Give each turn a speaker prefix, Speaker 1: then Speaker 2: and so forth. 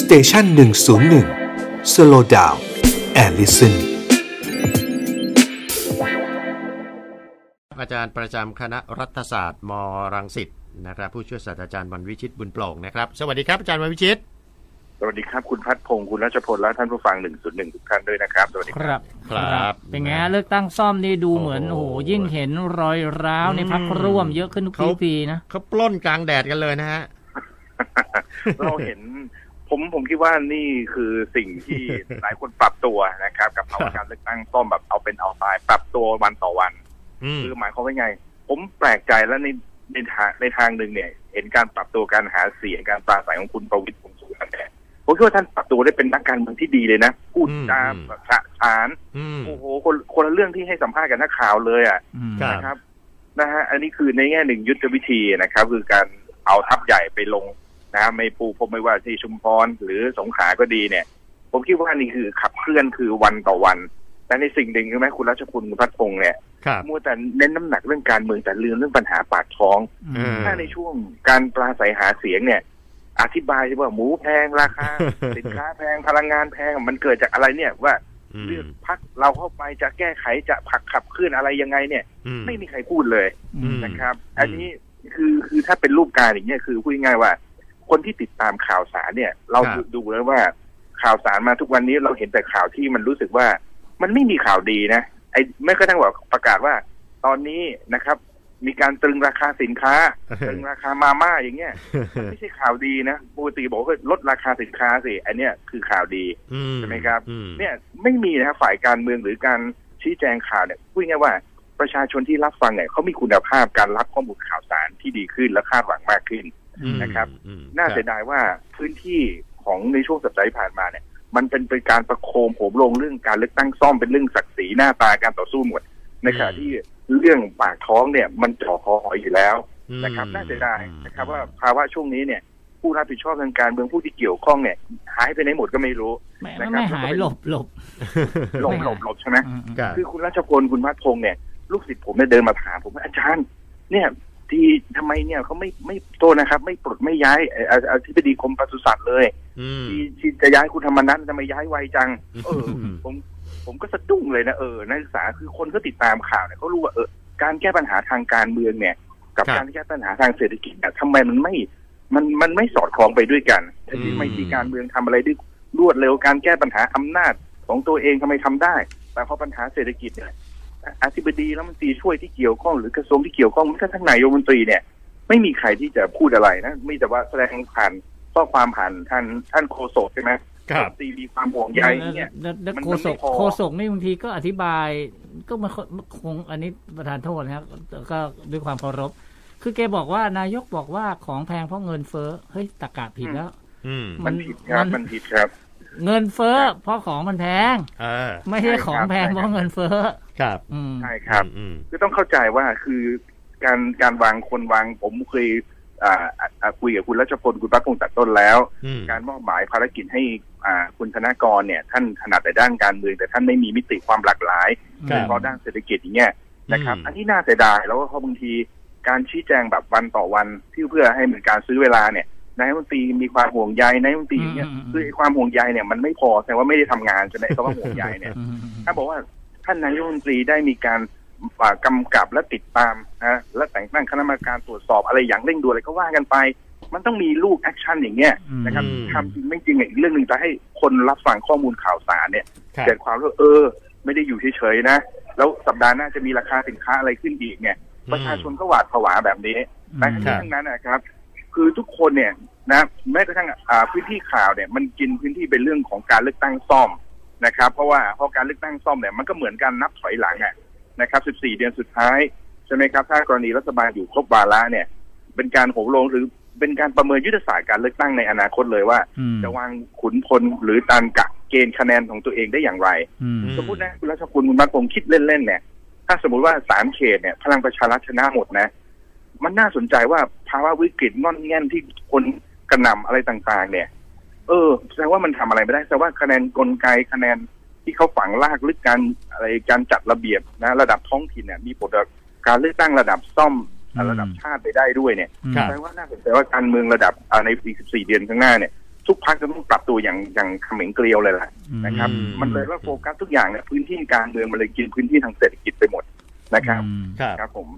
Speaker 1: สเตชันหนึ่งศูนย์หนึ่งสโลดาวแอลลิสัน
Speaker 2: อาจารย์ประจำคณะรัฐศาสตร์มรังสิตนะครับผู้ช่วยศาสตราจารย์วันวิชิตบุญโปร่งนะครับสวัสดีครับอาจารย์วันวิชิต
Speaker 3: สวัสดีครับ คุณพัฒพงศ์คุณรัชพลและท่านผู้ฟัง 101 ทุกท่านด้วยนะครับ สวัสดี
Speaker 4: ค
Speaker 3: ครับ
Speaker 4: รับเป็นไงฮะ
Speaker 2: ะ
Speaker 4: เลือกตั้งซ่อมนี่ดูเหมือน
Speaker 2: โอ้
Speaker 4: โอ้
Speaker 2: โห
Speaker 4: โหยิ่งเห็นรอยร้าวในพัก
Speaker 2: อืม
Speaker 4: ร่วมเยอะขึ้นทุก
Speaker 2: เขา
Speaker 4: ทีปีนะ
Speaker 2: เขาปล้นกลางแดดกันเลยนะฮะ
Speaker 3: เราเห็น ผมผมคิดว่านี่คือสิ่งที่ หลายคนปรับตัวนะครับ กับภาวะการเลือกตั้งต้อมแบบเอาเป็นเอาตาย ปรับตัววันต่อวัน
Speaker 2: อืม
Speaker 3: คือหมายความว่าไง ผมแปลกใจและในในทางในทางหนึ่งเนี่ย เห็นการปรับตัวการหาเสียงการปราศัยของคุณประวิตรวงษ์สุวรรณเนี่ยผมคิดว่าท่านปรับตัวได้เป็นนักการเมืองที่ดีเลยนะพูดจาแบบฉะฉาน
Speaker 2: อืม
Speaker 3: โอ้โหคนคนละเรื่องที่ให้สัมภาษณ์กับนักข่าวเลยอ่ะ
Speaker 4: อืม
Speaker 2: ครับ
Speaker 3: นะครับนะฮะอันนี้คือในแง่หนึ่งยุทธวิธีนะครับ คือการเอาทัพใหญ่ไปลงนะฮะไม่ปูพรมไม่ว่าที่ชุมพรหรือสงขลาก็ดีเนี่ย ผมคิดว่านี่คือขับเคลื่อนคือวันต่อวันแต่ในสิ่งหนึ่งใช่ไหมคุณรัชพลคุณพัฒพงษ์เนี่ย
Speaker 2: ครับ
Speaker 3: มัวแต่เน้นน้ำหนักเรื่องการเมืองแต่ลืมเรื่องปัญหาปากท้อง
Speaker 4: อืม
Speaker 2: เออ
Speaker 3: ถ้าในช่วงการปราศัยหาเสียงเนี่ย อธิบายว่าหมูแพงรา คา สินค้าแพงพลังงานแพงมันเกิดจากอะไรเนี่ยว่าเลือกพักเราเข้าไปจะแก้ไขจะผลักขับเคลื่อนอะไรยังไงเนี่ย
Speaker 2: อืม
Speaker 3: ไม่มีใครพูดเลย
Speaker 2: อืม
Speaker 3: นะครับ
Speaker 2: อืม
Speaker 3: อันนี้คือคือถ้าเป็นรูปการอย่างเงี้ยคือพูดง่ายๆว่า คนที่ติดตามข่าวสารเนี่ย เราดูดูแล้วว่าข่าวสารมาทุกวันนี้เราเห็นแต่ข่าวที่มันรู้สึกว่า มันไม่มีข่าวดีนะไอ้ไม่กระทั่งว่าประกาศว่า ตอนนี้นะครับ มีการตรึงราคาสิน ค้า ตรึงราคามาม่าอย่างเงี้ยไม่ใช่ข่าวดีนะปกติบอกว่าลดราคาสินค้าสิอันเนี้ยคือข่าวดี
Speaker 2: อื
Speaker 3: ใช่ไหมครับ
Speaker 2: อืม
Speaker 3: เนี่ยไม่มีนะครับฝ่ายการเมืองหรือการชี้แจงข่าวเนี่ยพูดง่ายๆว่าประชาชนที่รับฟังเนี่ยเขามีคุณภาพการรับข้อมูลข่าวสารที่ดีขึ้นและคาดหวังมากขึ้น
Speaker 2: อืม
Speaker 3: นะครับ
Speaker 2: อืม
Speaker 3: น่าเสียดายว่าพื้นที่ของในช่วงสัปดาห์ที่ผ่านมาเนี่ย มันเป็นเป็นการประโคมโผมลงเรื่องการเลือกตั้งซ่อมเป็นเรื่องศักดิ์ศรีหน้าตาการต่อสู้หมดในขณะที่เรื่องปากท้องเนี่ยมันจ่อคอหอยอยู่แล้ว นะครับ
Speaker 2: อืม
Speaker 3: น่าเสียดายนะครับว่าภาวะช่วงนี้เนี่ย ผู้รับผิดชอบทางการเมืองผู้ที่เกี่ยวข้องเนี่ยหายไปไหนหมดก็ไม่ รู้
Speaker 4: ไม่
Speaker 3: นะครับ
Speaker 4: ไม่หายหลบหลบ
Speaker 3: หลบ
Speaker 4: ไม่หาย
Speaker 3: หลบหลบใช่ไหม
Speaker 4: อืมอืม
Speaker 2: ครับ
Speaker 3: คือคุณรัชพลคุณพัฒพงษ์เนี่ยลูกศิษย์ผมเนี่ยเดินมาถามผมว่าอาจารย์ เนี่ยที่ทำไมเนี่ยเขาไม่ไม่โตนะครับ ไม่ปลดไม่ย้ายเอ่ออธิบดีกรมปศุสัตว์เลย
Speaker 2: อืม
Speaker 3: ที่ที่จะย้ายคุณธรรมนัฐทำไมย้ายไวจัง เออ
Speaker 2: ม
Speaker 3: ผมผมก็สะดุ้งเลยนะเออนักศึกษาคือคนก็ติดตามข่าวเนี่ยเขารู้ว่าเออการแก้ปัญหาทางการเมืองเนี่ย กับ
Speaker 2: ครับ
Speaker 3: การแก้ปัญหาทางเศรษฐกิจเนี่ยทำไมมันไม่มันมันไม่สอดคล้องไปด้วยกันแต่ที่
Speaker 2: อืม
Speaker 3: ไม่ที่การเมืองทำอะไรด้วยรวดเร็วการแก้ปัญหาอำนาจของตัวเองทำไมทำได้ แต่พอปัญหาเศรษฐกิจเนี่ยอธิบดีแล้วมันตรีช่วยที่เกี่ยวข้องหรือกระทรวงที่เกี่ยวข้องแม้กระทั่งนายกรัฐมนตรีเนี่ย ไม่มีใครที่จะพูดอะไรนะมีแต่ว่าแสดงผ่านข้อความผ่านท่านท่านโฆษกใช่ไหม
Speaker 2: ครับ
Speaker 3: ตีมีความห่วงใยเนี่ย
Speaker 4: แล้วแล้ว
Speaker 3: มัน
Speaker 4: โคศก
Speaker 3: ไม่พอ
Speaker 4: โคศกนี่บางทีก็อธิบาย ก็มันคมันคงอันนี้ประธานโทษนะครับแต่ก็ด้วยความเคารพ คือแกบอกว่านายกบอกว่าของแพงเพราะเงินเฟ้อเฮ้ยตะกะผิดแล้ว
Speaker 2: อืม
Speaker 3: มันผิดครับ มันผิดครับ
Speaker 4: เงินเฟ้อเพราะของมันแพง
Speaker 2: เออ
Speaker 4: ไม่ใช่
Speaker 3: ใช่
Speaker 4: ของแพง
Speaker 3: ครับ
Speaker 4: เพราะเงินเฟ้อ
Speaker 2: ครับ
Speaker 4: อืม
Speaker 3: ใช่ครับ
Speaker 2: อืม
Speaker 3: คือต้องเข้าใจว่าคือการการวางคนวางผมเคยอ่าอ่าอ่าคุยกับคุณรัชพลคุณปักพงษ์ตัดต้นแล้ว
Speaker 2: อืม
Speaker 3: การมอบหมายภารกิจให้อ่าคุณธนากรเนี่ย ท่านถนัดแต่ด้านการเมืองแต่ท่านไม่มีมิติความหลากหลาย
Speaker 2: ค
Speaker 3: โด
Speaker 2: รั
Speaker 3: ย
Speaker 2: บ
Speaker 3: เฉพาะด้านเศรษฐกิจอย่างเงี้ยนะครับ
Speaker 2: อืม
Speaker 3: อันนี้น่าเสียดายแล้วก็เพราะบางทีการชี้แจงแบบวันต่อวันที่เพื่อให้เหมือนการซื้อเวลาเนี่ยนายกรัฐมนตรีมีความห่วงใยนายกรัฐมนตรีอย่างเงี้ย
Speaker 4: อืมอืมอืม
Speaker 3: คือไอ้ความห่วงใยเนี่ยมันไม่พอแสดงว่าไม่ได้ทำงานใช่ไหม คำว่าห่วงใยเนี่ย
Speaker 4: อืม
Speaker 3: ถ้าบอกว่าท่านนายกรัฐมนตรีได้มีการอ่ากำกับและติดตามนะและแต่งตั้งคณะกรรมการตรวจสอบอะไรอย่างเร่งด่วนอะไรก็ว่ากันไป มันต้องมีลูกแอคชั่นอย่างเงี้ยนะครับ
Speaker 2: อืม
Speaker 3: ทำจริงไม่จริงเนี่ยอีกเรื่องหนึ่งแต่ให้คนรับฟังข้อมูลข่าวสารเนี่ย
Speaker 2: ครับ
Speaker 3: เกิดความรู้สึกเออ ไม่ได้อยู่เฉยๆนะ แล้วสัปดาห์หน้าจะมีราคาสินค้าอะไรขึ้นอีกเนี่ย
Speaker 2: อืม
Speaker 3: ประชาชนก็หวาดผวาแบบนี้ แต่
Speaker 2: ครั
Speaker 3: ทั้
Speaker 2: บ
Speaker 3: งนี้ทั้งนั้นนะครับ คือทุกคนเนี่ยนะแม้กระทั่งอ่าพื้นที่ข่าวเนี่ยมันกินพื้นที่เป็นเรื่องของการเลือกตั้งซ่อมนะครับ เพราะว่าพอการเลือกตั้งซ่อมเนี่ยมันก็เหมือนการนับถอยหลังอะนะครับ 14 เดือนสุดท้ายใช่ไหมครับ ถ้ากรณีรัฐบาลอยู่ครบวาระเนี่ย เป็นการโหมลงหรือเป็นการประเมินยุทธศาสตร์การเลือกตั้งในอนาคตเลยว่า
Speaker 4: อืม
Speaker 3: จะวางขุนพลหรือตามกะเกณฑ์คะแนนของตัวเองได้อย่างไร
Speaker 4: อืม
Speaker 3: สมมตินะคุณรัชคุณคุณบัตผมคิดเล่นๆเนี่ย ถ้าสมมติว่าสามเขตเนี่ย พลังประชารัฐชนะหมดนะ มันน่าสนใจว่าภาวะวิกฤตงอนแง่นที่คนกระหน่ำอะไรต่าง ๆ เนี่ย เออแสดงว่ามันทำอะไรไม่ได้แสดงว่าคะแนนกลไกคะแนนที่เขาฝังลากลึกการอะไรการจัดระเบียบนะ ระดับท้องถิ่นเนี่ย มีผลต่อการเลือกตั้งระดับซ่อม
Speaker 4: อืม
Speaker 3: ระดับชาติไปได้ด้วยเนี่ย
Speaker 2: ครั
Speaker 3: แส
Speaker 2: บ
Speaker 3: ดงว่าน่าสนใจว่าการเมืองระดับอ่าในปี14 เดือนข้างหน้าเนี่ย ทุกพักจะต้องปรับตัวอย่างอย่างเขม็งเกลียวเลยล่ะ นะครับ
Speaker 2: อืม
Speaker 3: มันเลยว่าโฟกัสทุกอย่างเนี่ยพื้นที่การเมืองมันเลยกินพื้นที่ทางเศรษฐกิจไปหมดนะครับ
Speaker 4: อืม
Speaker 2: ครับ
Speaker 3: ครับผม